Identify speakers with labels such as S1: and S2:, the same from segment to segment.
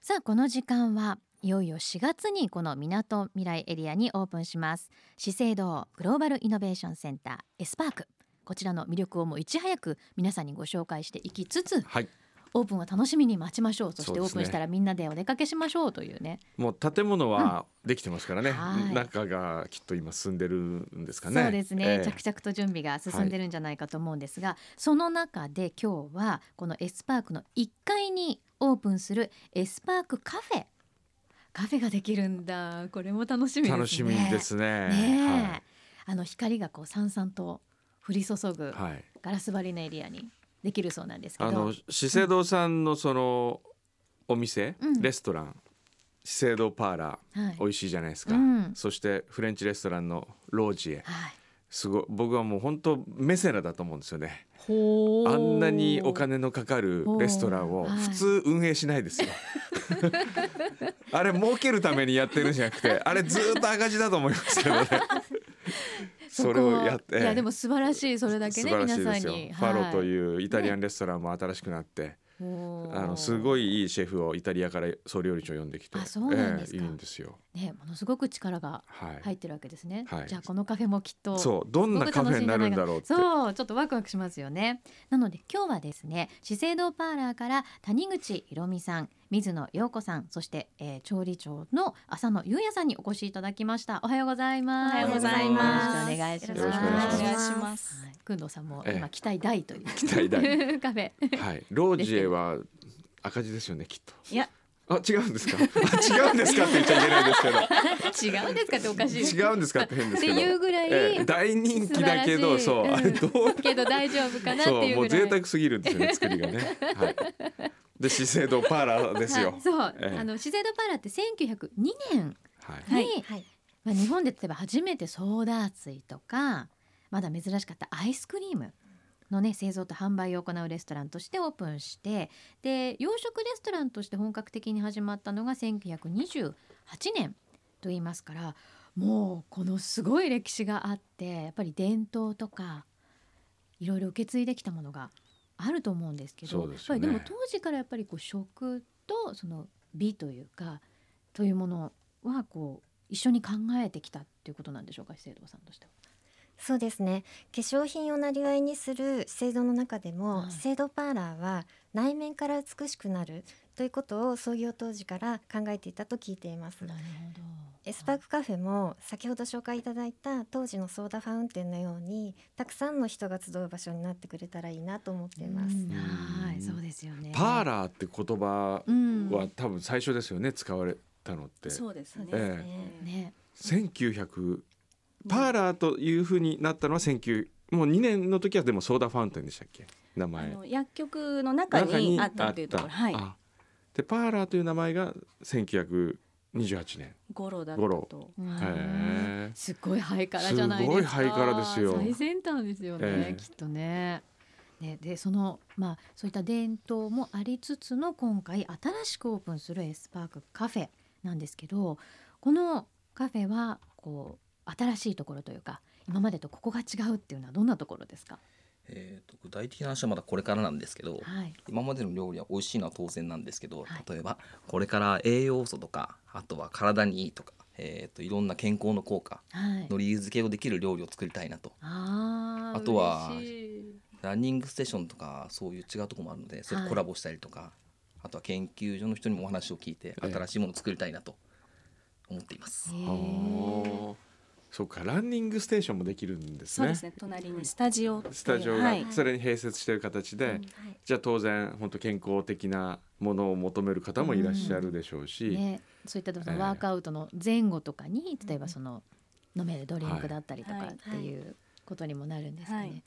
S1: さあこの時間はいよいよ4月にこの港未来エリアにオープンします資生堂グローバルイノベーションセンターエスパークこちらの魅力をもういち早く皆さんにご紹介していきつつ
S2: はい、
S1: オープンを楽しみに待ちましょうそして
S2: そ
S1: オ
S2: うで
S1: ー
S2: す
S1: プ
S2: ね
S1: ンしたらみんなでお出かけしましょうというね
S2: もう建物はできてますからね、
S1: はい
S2: 中がきっと今進んでるんですかね。
S1: そうですね、
S2: ええ
S1: 着々と準備が進んでるんじゃないかと思うんですが、その中で今日はこのエスパークの1階にオープンするエスパークカフェカフェができるんだこれも楽しみですね
S2: 楽しみですね。
S1: ねえ、あの光がこうさんさんと降り注ぐ
S2: はい。はい。
S1: ガラス張りのエリアにできるそうなんですけ
S2: あ
S1: ど
S2: の資生堂さんのそのお店、
S1: うん
S2: レストラン、資生堂パーラー、
S1: はい
S2: 美味しいじゃないですか。
S1: うん
S2: そしてフレンチレストランのロージエ、
S1: はい
S2: すごい僕はもう本当メセナだと思うんですよね。
S1: ほ
S2: あんなにお金のかかるレストラン
S1: お
S2: を
S1: ーはい
S2: 普通運営しない ですよ。あれ儲けるためにやってるんじゃなくて、あれずーっと赤字だと思います けどね。
S1: そ
S2: それをやって、
S1: いやでも素晴らしいそれだけ
S2: 素
S1: ね
S2: 晴
S1: 皆
S2: らしい
S1: さ
S2: で
S1: ん
S2: すよ。
S1: に
S2: ファロと
S1: う
S2: いうイタリアンレストランも新しくなって、
S1: あ
S2: あのす
S1: い
S2: ごいいいシェフをイタリアから総料理長呼んできて、
S1: あそうなんですか
S2: ええいいんですよ。
S1: ね、ものすごく力が
S2: はい。
S1: 入ってるわけですね。
S2: はい
S1: じゃあこのカフェもきっと
S2: そうどんなカフェになるんだろうって。
S1: そうちょっとワクワクしますよね。なので今日はですね資生堂パーラーから谷口ひろみさん水野陽子さんそして、えー調理長の浅野優也さんにお越しいただきました。おはようございます。
S3: おはようございま
S1: よろ
S3: す
S1: しくお願いします。
S2: よろしくお願いします
S1: はい工藤さんも
S2: ええ
S1: 今期待大という、
S2: 期待 大
S1: カフェ。
S2: はい。ロージエは赤字ですよねきっと。
S3: いや
S2: あ違うんですか。 あ違うんですかって言っちゃいけないですけど。
S1: 違うんですかっておかしい。
S2: 違うんですかって変で
S1: っ
S2: す
S1: て
S2: けど。
S1: いうぐらい、
S2: ええ大人気だけど、
S1: 素
S2: そう
S1: 晴ら
S2: あ
S1: しい
S2: れどう
S1: けど大丈夫かなって
S2: そう
S1: いう
S2: も
S1: ぐ
S2: う
S1: らい。
S2: 贅沢すぎるんですよね作りがね。はい。で資生堂パーラーですよ
S1: はい、。そう、
S2: ええ
S1: あの資生堂パーラーって1902年
S2: はい。
S1: に、
S3: はい。
S1: まあ、日本で例えば初めてソーダ水とかまだ珍しかったアイスクリームのね製造と販売を行うレストランとしてオープンしてで洋食レストランとして本格的に始まったのが1928年と言いますからもうこのすごい歴史があってやっぱり伝統とかいろいろ受け継いできたものがあると思うんですけど
S2: そうですよ
S1: や
S2: ね
S1: っぱりでも当時からやっぱりこう食とその美というかというものはこう一緒に考えてきたっていうことなんでしょうか資生堂さんとしては。
S3: そうですね。化粧品をなりわいにする資生堂の中でも、
S1: はい
S3: 資生堂パーラーは内面から美しくなるということを創業当時から考えていたと聞いています。
S1: るほど
S3: エスパークカフェも先ほど紹介いただいた当時のソーダファウンテンのようにたくさんの人が集う場所になってくれたらいいなと思っています。
S1: うんはい、そうですよね。
S2: パーラーって言葉
S1: うん、
S2: は多分最初ですよね使われたのって。
S4: そうですね。
S2: え
S1: ね、
S2: 1900パーラーというふうになったのは19もう2年の時はでもソーダファウンテンでしたっけ名
S4: あ
S2: 前
S4: の薬局の中にあったというところ、はい、
S2: あでパーラーという名前が1928年
S4: ゴロだったと。
S1: うんすごいハイカラじゃないですか。
S2: すごいハイカラですよ
S1: 最先端ですよね、
S2: ええ
S1: きっとね。ね、でそのまあそういった伝統もありつつの今回新しくオープンするエスパークカフェなんですけどこのカフェはこう新しいところというか今までとここが違うっていうのはどんなところですか、
S5: えー、と具体的な話はまだこれからなんですけど
S1: はい、
S5: 今までの料理は美味しいのは当然なんですけど、
S1: はい
S5: 例えばこれから栄養素とかあとは体にいいとか、えー、といろんな健康の効果
S1: はい
S5: の、理由付けをできる料理を作りたいなと
S1: あー
S5: あとは
S1: 嬉しい
S5: ランニングステーションとかそういう違うところもあるのでそれ
S1: はい
S5: コラボしたりとか、あとは研究所の人にもお話を聞いて
S2: ええ
S5: 新しいものを作りたいなと思っています。
S1: へ
S2: あ
S1: ー
S2: ーそうかランニングステーションもできるんです
S4: そう
S2: ね
S4: ですね。隣にスタジオっていう。
S2: スタジオが
S4: はい。
S2: それに併設している形で、
S4: うん
S3: はい
S2: じゃあ当然本当健康的なものを求める方もいらっしゃるでしょうし、
S1: ね、そういったそ
S2: え
S1: の
S2: え
S1: ワークアウトの前後とかに、例えば
S3: うん
S1: その飲めるドリンクだったりとか
S4: はい
S1: っていうことにもなるんですかね。
S4: はい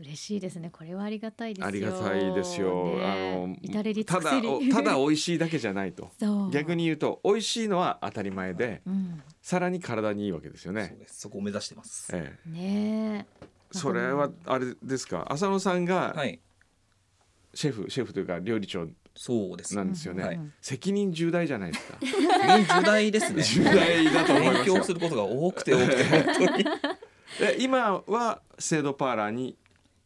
S1: 嬉しいですね。これはありがたいですよ。
S2: ありがたいですよ。
S1: ね、
S2: あ
S1: 至れり尽
S2: た
S1: くせ
S2: だお
S1: り。
S2: ただ美味しいだけじゃないと
S1: そう
S2: 逆、に言うと美味しいのは当たり前で
S1: うん、
S2: さらに体にいいわけですよ
S5: そ
S2: ね
S5: う。ですそこを目指してます、
S2: ええ、
S1: ねえ、
S2: それはあれですか浅野さんが
S5: はい
S2: シェフ、シェフというか料理長
S5: そうです
S2: なんですよね、
S5: はい
S2: 責任重大じゃないですか
S5: 重大ですね
S2: 重大だと思いま
S5: 勉
S2: すよ
S5: 強 することが多くて多くて本当に
S2: え今は資生堂パーラーに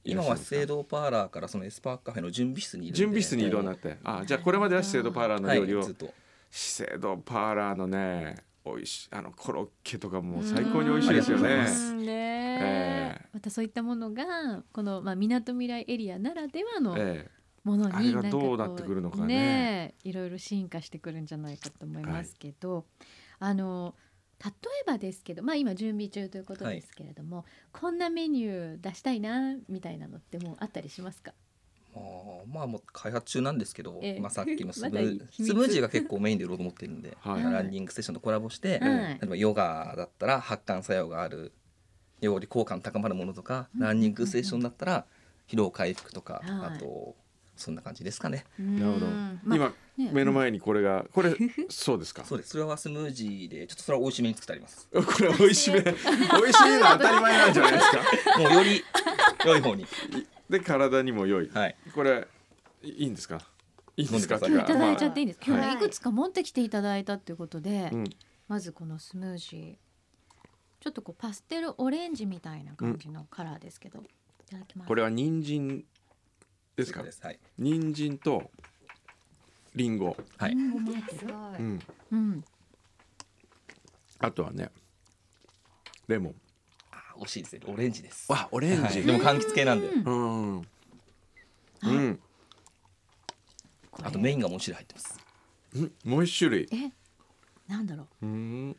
S5: 今は資生堂パーラーからそのエスパーカフェの準備室にいるんで
S2: 準備室に移動になってあじゃあこれまでは資生堂パーラーの
S5: はい
S2: 料理を
S5: ずっと
S2: 資生堂パーラーのね美味しいあのコロッケとかもう最高に美味しいですよ
S5: うんあ
S2: ね
S5: りがとうございます。
S4: ね
S2: え
S1: またそういったものがこのまあ港未来エリアならではの
S2: えええ
S1: ものに
S2: あれが
S1: んかこ
S2: どうなってくるのかね
S1: えいろいろ進化してくるんじゃないかと思いますけど、あの例えばですけど、まあ、今準備中ということですけれども、こんなメニュー出したいなみたいなのってもうあったりしますか
S5: まあまあもう開発中なんですけど、
S1: ええ
S5: まあ、さっきのスム
S1: まだ秘
S5: ー
S1: 密
S5: スムージーが結構メインで売ろうと思ってるんで、
S2: はい
S5: ランニングステーションとコラボして、
S1: はい
S5: 例えばヨガだったら発汗作用があるより効果の高まるものとか、
S1: うん
S5: ランニングステーションだったら疲労回復とか、
S1: はい
S5: あとそんな感じですかね。
S2: なるほど
S1: うんまあ
S2: 今
S1: ね
S2: 目の前にこれがこれそうですか
S5: そうですそれはスムージーでちょっとそれは美味しめに作ってあ ります。
S2: これ美味しめ美味しいのは当たり前なんじゃないですか
S5: もうより良い方に、
S2: で体にも良い
S5: はい、
S2: これいいいんですかいいんですか
S5: 飲ん
S1: 今日い
S5: でく
S1: た
S5: さ
S1: だいちゃっていいんです、
S2: まあ
S1: 今
S3: はい
S1: 日いくつか持ってきていただいたということで、
S2: うん、
S1: まずこのスムージーちょっとこうパステルオレンジみたいな感じのカラーですけど、いただきます
S2: これは人参ですか
S5: ですはい、
S2: 人参とリンゴ、
S5: はい
S3: すごい。
S2: うん、
S1: うん
S2: あとはねレモン
S5: あー美味しいですねオレンジです。
S2: わオレン
S5: はい
S2: ジ、
S5: でも柑橘系なんで、
S1: うん
S2: うん、うん
S1: これ
S5: あとメインがもう一種類入ってます。
S2: うんもう一種類
S1: えなんだろ
S2: うん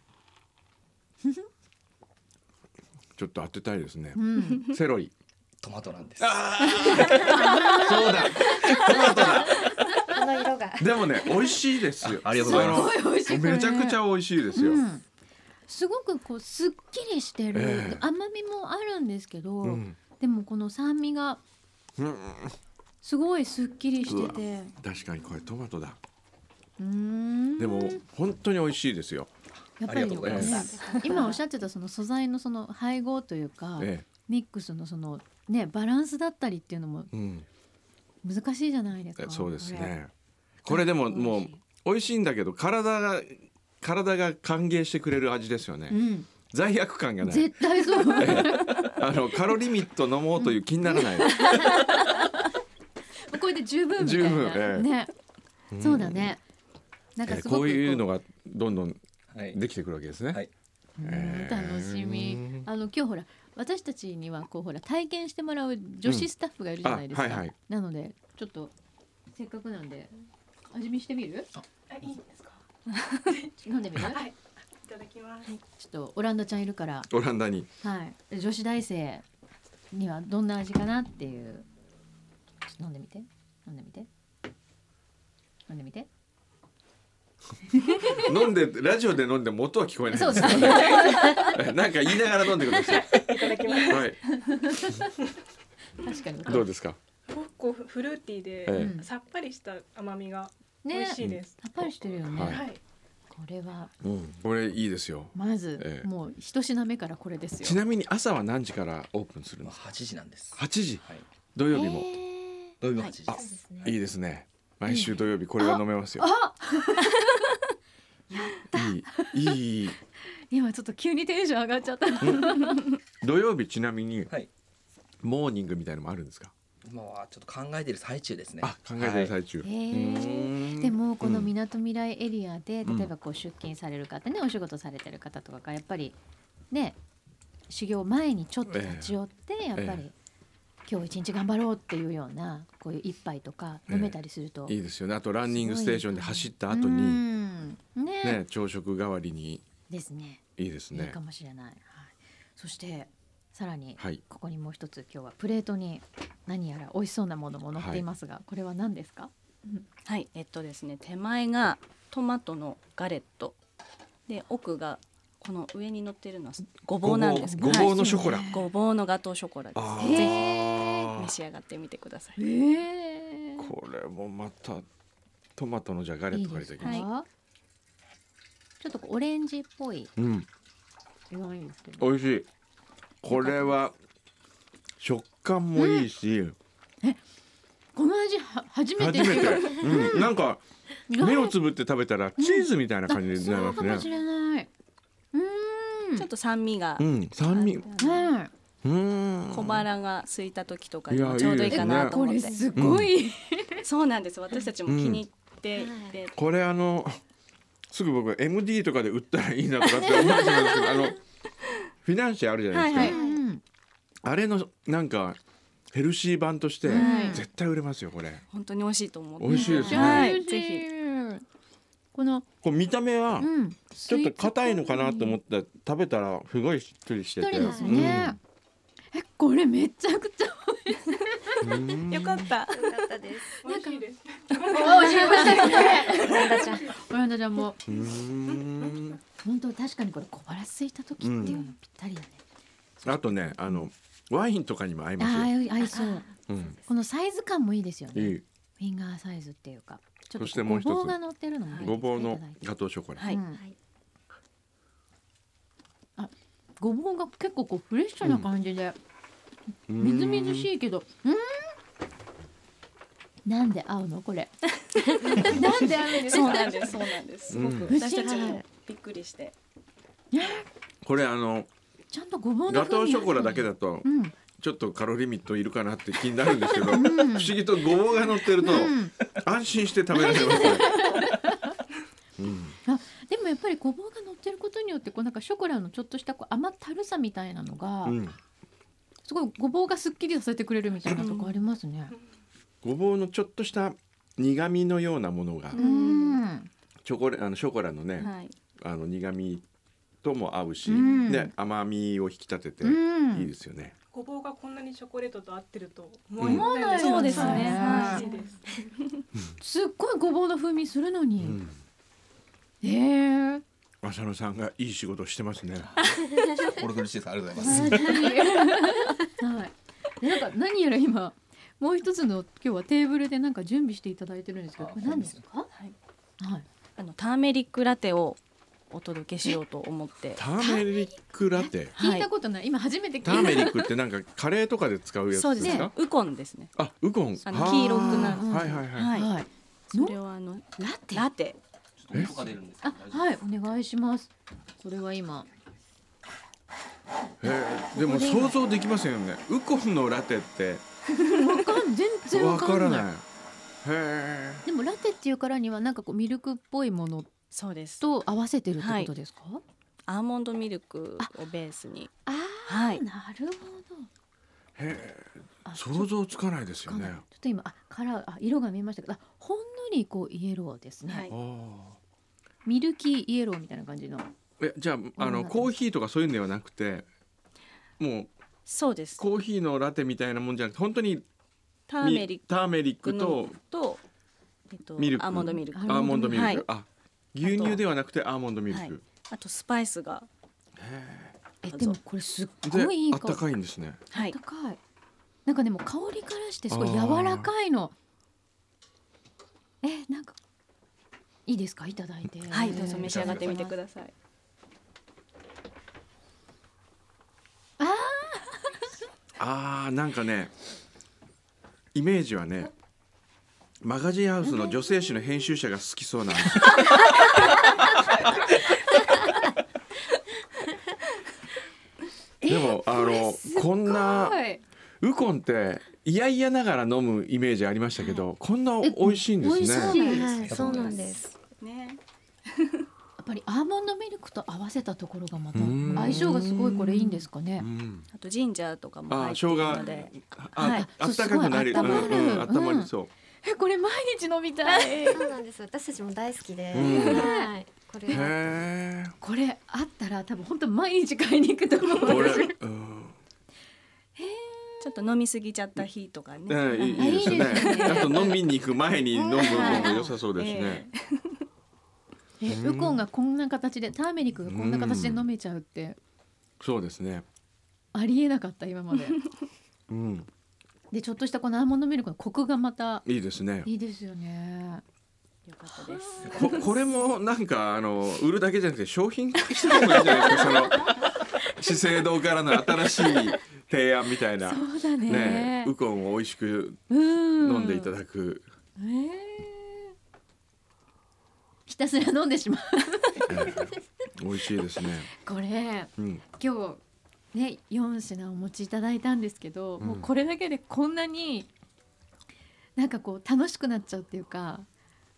S2: ちょっと当てたいですね
S1: う、うん、
S2: セロリ
S5: トマトなんです。
S2: そうだ
S3: この色が。
S2: でもね美味しいですよ
S5: あありがとうございま
S1: す
S5: す
S1: ごい美味しいこれ
S2: めちゃくちゃ美味しいですよ、
S1: うん、すごくこうすっきりしてる、
S2: ええ
S1: 甘みもあるんですけど、
S2: うん
S1: でもこの酸味が
S2: うん
S1: すごいすっきりしてて
S2: 確かにこれトマトだ
S1: うーん
S2: でも本当に美味しいですよ、
S1: やっぱり
S5: ありがとうございます
S1: 今おっしゃってたその素材のその配合というか、
S2: え
S1: ミックスのそのねバランスだったりっていうのも
S2: えうん、
S1: 難しいじゃないですか
S2: そうです
S1: これ
S2: ねこれでももう美味しいんだけど体が体が歓迎してくれる味ですよね、
S1: うん、
S2: 罪悪感がない
S1: 絶対そう
S2: あのカロリーミット飲もうという気にならない、
S1: これで十分みたいな
S2: 十分ええ
S1: ね、 そうだねなんか
S2: え
S1: す
S2: ー
S1: ごく
S2: こういうの
S1: が
S2: がどんどん
S5: はい
S2: できてくるわけですね、
S5: はい
S2: えー
S1: 楽しみ
S2: うん
S1: あの今日ほら私たちにはこうほら体験してもらう女子スタッフがいるじゃないですか、
S2: うんあはいはい
S1: なのでちょっとせっかくなんで味見してみる
S6: いいんですか。
S1: 飲んでみるちょ
S6: はい。いただきます。
S1: っとオランダちゃんいるから
S2: オランダに
S1: はい、女子大生にはどんな味かなっていう。ちょっと飲んでみて。飲んでみて。飲んでみて。
S2: 飲んでラジオで飲んでも音は聞こえない
S1: そう
S2: で
S1: ですすね。
S2: えなんか言いながら飲んでください
S6: いただきます。
S2: はい
S1: 確かに。
S2: どうですか
S6: 結構フルーティー
S2: え
S6: で、
S1: うん
S6: さっぱりした甘みが美
S1: ね、
S6: 味
S1: さ
S6: しいです。
S1: っぱりしてるよね。
S2: はい
S6: はい。
S1: これは
S2: これいいですよ
S1: まず、
S2: ええ
S1: もう一品目からこれですよ。
S2: ちなみに朝は何時からオープンするん
S5: 今
S2: ですか
S5: 8時なんです。
S2: 8時
S5: はい。
S2: 土曜日も、
S1: え
S5: 土曜日も8時
S2: あ
S5: です。
S2: いいですね毎週土曜日これが飲めますよいいい いいい
S1: ー今ちょっと急にテンション上がっちゃった。
S2: 土曜日ちなみに
S5: はい。
S2: モーニングみたいのもあるんですか
S5: 今はちょっと考えてる最中ですね。
S2: あ考えてる
S5: はい
S2: 最中、
S1: えーでもこのみなとみらいエリアで、
S2: うん
S1: 例えばこう出勤される方ね、お仕事されてる方とかがやっぱりね修行前にちょっと立ち寄って、やっぱり、今日一日頑張ろうっていうようなこういう一杯とか飲めたりすると、
S2: いいですよねあとランニングステーションで走った
S1: う
S2: 後に、
S1: んね
S2: ね、朝食代わりに
S1: ですね
S2: いいです
S1: いい
S2: ね
S1: かもしれない、はい、そしてさらに、
S2: はい
S1: ここにもう一つ今日はプレートに何やら美味しそうなものも載っていますが、これは何ですか
S4: はい、えっとですね、手前がトマトのガレット。で、奥がこの上に乗ってるのはごぼうなんですけど。
S2: ごぼうのショコラ、
S4: はいごぼうのガトーショコラです
S2: あ
S4: ね。
S2: ー
S4: ぜひ
S2: あ
S4: 召し上がってみてください。
S1: え
S2: ーこれもまたトマトのじゃがれとかいただき
S1: い
S2: ま
S1: いで
S2: す
S1: すかちょっとこうオレンジっぽい
S2: うん
S1: 色合いですけど
S2: 美味しいこれは食感もいいし、
S1: この味は初めて
S2: 初めて、うん、なんか目をつぶって食べたらチーズみたいな感じになり
S1: そうか
S2: ま
S1: も
S2: す
S1: し
S2: ね。
S1: れない。うーん。
S4: ちょっと酸味が
S2: う。ん、酸味、
S1: ねえ
S2: うーん
S4: 小腹が空いた時とか
S2: い
S4: に
S2: や
S4: もちょうどい
S2: いい
S4: い
S2: です
S4: か
S2: ね
S4: なと
S1: こ
S4: 思って、
S1: れすごい、
S4: そうなんです私たちも気に入っていて、
S2: これあのすぐ僕 MD とかで売ったらいいなとかって思ってしまうんですけどあのフィナンシェあるじゃないですか、
S4: はい
S1: うん
S4: は
S1: うん
S2: あれのなんかヘルシー版として
S1: はい
S2: 絶対売れますよこれ、
S4: 本当に美味しいと思って
S2: 美味しいですね、
S4: はい
S1: 美味し
S4: ぜひ
S1: この、
S2: こう見た目は
S1: うん、
S2: ち
S1: ち
S2: ょっと硬いのかなと思ったら食べたらすごいしっとりして
S1: 一
S2: て
S1: 人ですね、えこれめちゃくちゃ
S2: うんうん
S4: よかっ
S3: か
S4: た
S3: ったです。
S6: 美味しいです。
S1: 美味しい
S3: オランダちゃん。
S1: オランダちゃんも
S2: うん
S1: 本当確かにこれ小腹空いた時っていうのぴったりだね、
S2: あとねあのワインとかにも合い
S1: あ
S2: ますよ、
S1: ー合いそう
S2: うん、
S1: このサイズ感もいいですよ
S2: い
S1: ね
S2: い
S1: フィンガーサイズっていうかちょ
S2: そ
S1: っ
S2: して
S1: と
S2: も
S1: ご
S2: う一つ
S1: ぼうが乗ってるのも
S2: ごぼう
S1: いい
S2: の
S1: ですねいただいて
S2: ガトーショコラ、
S4: はい
S1: うん
S3: はい
S1: ごぼうが結構こうフレッシュな感じで、みずみずし
S2: い
S1: いけどうーんなんで合うのこ れなんで合うんです
S4: そうな
S1: か
S4: んですそうなんですす
S2: うん
S4: ごく
S1: 不思議
S4: 私たちもびっくりして
S2: これあの
S1: ちゃんとごぼうの
S2: ガ
S1: 風
S2: トー
S1: 味
S2: ショコラだけだと
S1: うん、
S2: ちょっとカロリーミットいるかなって気になるんですけど、
S1: ん
S2: 不思議とごぼうが乗ってると
S1: うん、
S2: 安心して食べられますね。 うん
S1: でもやっぱりごぼうが乗ってることによってこうなんかショコラのちょっとしたこう甘ったるさみたいなのが、
S2: うん、
S1: すごいごぼうがすっきりさせてくれるみたいなとこありますね。
S2: ごぼうのちょっとした苦味のようなものが、
S4: う
S1: うんん、
S2: チョコレあのショコラのね、
S4: はい
S2: あの苦味とも合うし、
S1: うん
S2: で甘みを引き立てて
S1: うん
S2: いいですよね。
S6: ごぼうがこんなにチョコレートと合ってると思わ
S1: うん
S4: そうですね
S6: はい美味しいです。
S1: すっごいごぼうの風味するの
S2: う
S1: に、
S2: ん
S1: ええ
S2: 浅野さんがいい仕事してますね。
S5: 心苦しいです。ありがとうございます。
S1: 素晴らしいはい。でなんか何やら今もう一つの今日はテーブルでなんか準備していただいてるんですけど、
S5: あ
S1: これ何ですか？
S4: はい
S1: はい。
S4: あのターメリックラテをお届けしようと思って
S2: ターメリックラテ。
S1: 聞いたことない。今初めて聞い
S2: タ
S1: た。
S2: ーメリックってなんかカレーとかで使うや
S4: そう
S2: つ
S4: で
S2: ですす
S4: ね
S2: か？
S4: ウコンですね
S2: あ、ウコン。
S4: あの黄色くなる
S2: あーはいはいはい。
S4: はい、
S1: はい。
S4: それをあの
S1: ラテ。
S4: ラテ
S5: ちょっと音が出るんですけ
S1: あ
S5: ど。
S1: はいお願いします。これは今
S2: へえでも想像できませんよね。ウコンのラテって
S1: わかん全然わ
S2: わ
S1: か
S2: か
S1: んな
S2: ら
S1: い。
S2: ない。へ
S1: でもラテっていうからにはなんかこうミルクっぽいもの
S4: そうです
S1: と合わせてるってことですか？
S4: アーモンドミルクをベースに
S1: ああ、
S4: はい
S1: なるほど。
S2: え。へ
S1: あ
S2: え。想像つかないです
S1: ちょ
S2: よ
S1: っと
S2: ね。
S1: ちょっと今あカラーあ色が見えましたけどあほんのりこうイエローですね、
S4: はい
S2: あ
S1: ミルキーイエローみたいな感じの
S2: あ。え、じゃああのコーヒーとかそういうのではなくて、もう
S4: そうです
S2: コーヒーのラテみたいなもんじゃなくて本当に
S4: ター
S2: み
S4: メリッ
S2: ターメリッ
S4: ク
S2: ク
S4: の
S2: と
S4: と、えっと、
S2: ミルク
S4: アーモンドミルク
S1: ア
S2: アーモンドミルク。
S4: はい
S2: あ、牛乳ではなくてアーモンドミル
S4: はい
S2: ク。
S4: あとスパイスが
S2: へ
S1: え
S4: どう
S1: で
S4: ぞ
S1: もこれすっ
S2: え
S1: ごいいい
S2: で、あっ
S1: 香り
S2: たかいんですね。
S4: は
S1: あっ
S4: い
S1: たかいなんかでも香りからしてすごい
S2: あ
S1: 柔
S2: ー
S1: らかいのえなんかいいですかいただいて
S4: はいどうぞ召し上がってみてく
S1: だ
S4: ださい
S2: あーなんかねイメージはねマガジンハウスの女性誌の編集者が好きそうなんですよでもあのこんなウコンっていやいやながら飲むイメージありましたけど、こんな美味しいんで
S1: 美味し
S2: す
S1: そう
S2: ね。
S1: なんです
S3: は
S1: や
S3: い、そうなんです。
S4: ね
S1: っぱりアーモンドミルクと合わせたところがまた
S2: うん
S1: 相性がすごいこれいいんですか
S2: う
S1: ね
S2: ん、
S4: あとジンジャーとかも
S2: あ
S4: 入
S2: ー
S4: ってい
S2: 生姜
S4: るので
S2: あ、
S4: はい
S2: あったかくなる
S1: そうすごい温まる
S2: うんうん、温ま
S1: うん
S2: りそう。
S1: えこれ毎日飲みたい
S3: そうなんです。私たちも大好きで。
S2: うん
S3: はい。これは。
S2: へえ。
S1: これあったら多分本当毎日買いに行くと思う
S2: これ、
S1: 私
S2: うん
S4: ちょっと飲みすぎちゃった日とかね、
S2: ね、いい
S1: あ
S2: いいですね
S1: いいですね。
S2: あと飲みに行く前に飲むのも良さそうですね。
S1: え
S2: うん
S1: ウコンがこんな形でターメリックがこんな形で飲めちゃうって
S2: そうですね。
S1: ありえなかった今 まで
S2: うん、
S1: でちょっとしたこのアーモンドミルクのコクがまた
S2: いいですね。
S1: いいですよね
S4: よかったです
S2: ここれもなんかあの売るだけじゃなくて商品化した方がいいんじ ゃないですか。その資生堂からの新しい提案みたいな。
S1: そうだね
S2: ね、ウコンを美味しく
S1: うん
S2: 飲んでいただく。
S1: えーひたすら飲んでしまう
S2: 美味しいですね。
S1: これ
S2: うん、
S1: 今日ね、4品お持ちいただいたんですけど、
S2: うん
S1: もうこれだけでこんなになんかこう楽しくなっちゃうっていうか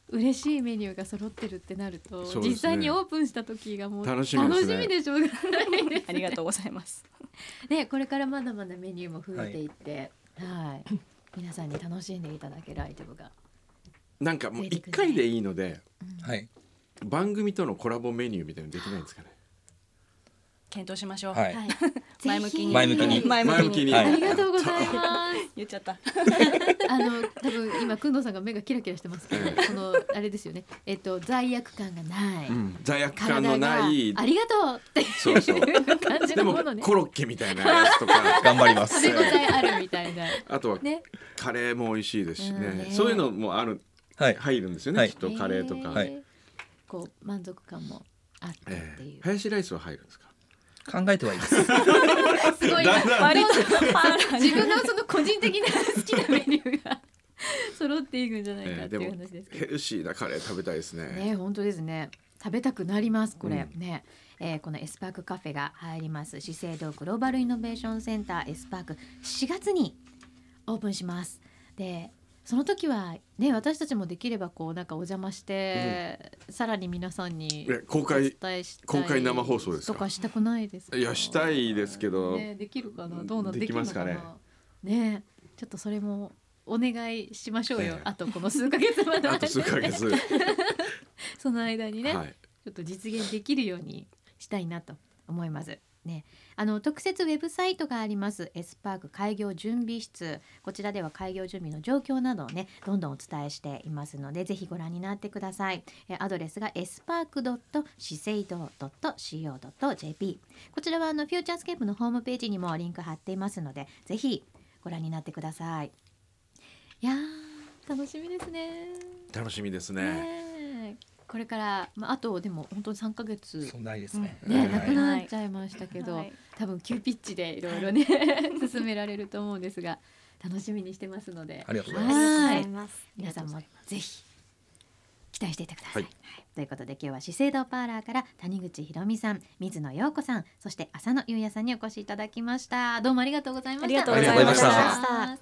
S1: 嬉しいメニューが揃ってるってなると、
S2: そうですね
S1: 実際にオープンした時がもう
S2: 楽
S1: 楽
S2: し
S1: し
S2: みですね
S1: みでしょうがないです、ね、
S4: ありがとうございます。
S1: ね、これからまだまだメニューも増えていって、はい、皆さんに楽しんでいただけるアイテムが。
S2: なんかもう一回でいいので
S5: はい
S2: 番組とのコラボメニューみたいなのできないんですかね
S4: 検討しましょう。
S5: はい
S1: はい
S4: 前向きに。
S5: 前向きに
S4: 前向
S2: 前向
S4: き
S2: き
S4: に。
S2: に
S5: は
S1: ありがとうございます。
S4: 言っちゃった。
S1: あの多分今くんどうさんが目がキラキラしてますけど、
S2: え
S1: このあれですよね。えっと罪悪感がない。
S2: うん罪悪
S1: 体
S2: 感
S1: が
S2: のない
S1: ありがとうって
S2: そうそう
S1: いう 感じ
S2: で
S1: の
S2: も
S1: ものね。
S2: コロッケみたいなやつとか
S5: 頑張りま
S1: 食
S5: す
S1: べ応えあるみたいな。
S2: あとは
S1: ね。
S2: カレーも美味しいですし
S1: うん
S2: ね
S1: ね
S2: そういうのもある
S5: はい
S2: 入るんですよ
S5: は
S2: ね
S5: い
S2: きっとカレーとか
S1: え
S5: はい
S1: こう満足感もあってっ
S2: え
S1: てい
S2: え
S1: う。
S2: 林ライスは入るんですか
S5: 考えて はいいです
S1: すごい
S2: だんだん
S1: 割と
S4: パーラに
S1: 自分のその個人的な好きなメニューが揃っていくんじゃないかっていう話ですけど。
S2: ヘルシーなカレー食べたいですね
S1: ね本当ですね食べたくなりますこれ、
S2: う
S1: ね、えーこのエスパークカフェが入ります資生堂グローバルイノベーションセンターエスパーク4月にオープンしますでその時はね私たちもできればこうなんかお邪魔して、さらに皆さんに
S2: え公開
S1: お伝えしたい
S2: 公開生放送ですか
S1: とかしたくないですか
S2: いやしたいですけど
S1: ね、できるかなどうな
S2: でき
S1: できるの
S2: ますかね
S1: ねちょっとそれもお願いしましょうよ、
S2: ええ
S1: あとこの数ヶ月まで
S2: あと数ヶ月
S1: その間にね、
S2: はい
S1: ちょっと実現できるようにしたいなと思います。ね、あの特設ウェブサイトがありますエスパーク開業準備室こちらでは開業準備の状況などをねどんどんお伝えしていますのでぜひご覧になってくださいえアドレスがエスパークドット資生堂ドット CO ドット JP こちらはあのフューチャースケープのホームページにもリンク貼っていますのでぜひご覧になってくださいいやー楽しみですね
S2: 楽しみですね
S1: ねえこれから、まあ、あとでも本当に3ヶ月
S5: そんないですね、
S1: ね、
S2: はい
S1: なくなっちゃいましたけど、
S4: はい
S1: 多分急ピッチでいろいろね、進められると思うんですが楽しみにしてますので
S5: ありがとうございます
S3: あ
S1: は
S3: り
S1: い
S3: がとうございます。
S1: 皆さんもぜひ期待していてください。
S2: はい
S1: はいということで今日は資生堂パーラーから谷口ひろみさん水野陽子さんそして浅野ゆうやさんにお越しいただきましたどうもありがとうございました
S4: ありがと
S5: うございました
S1: ありがとうございました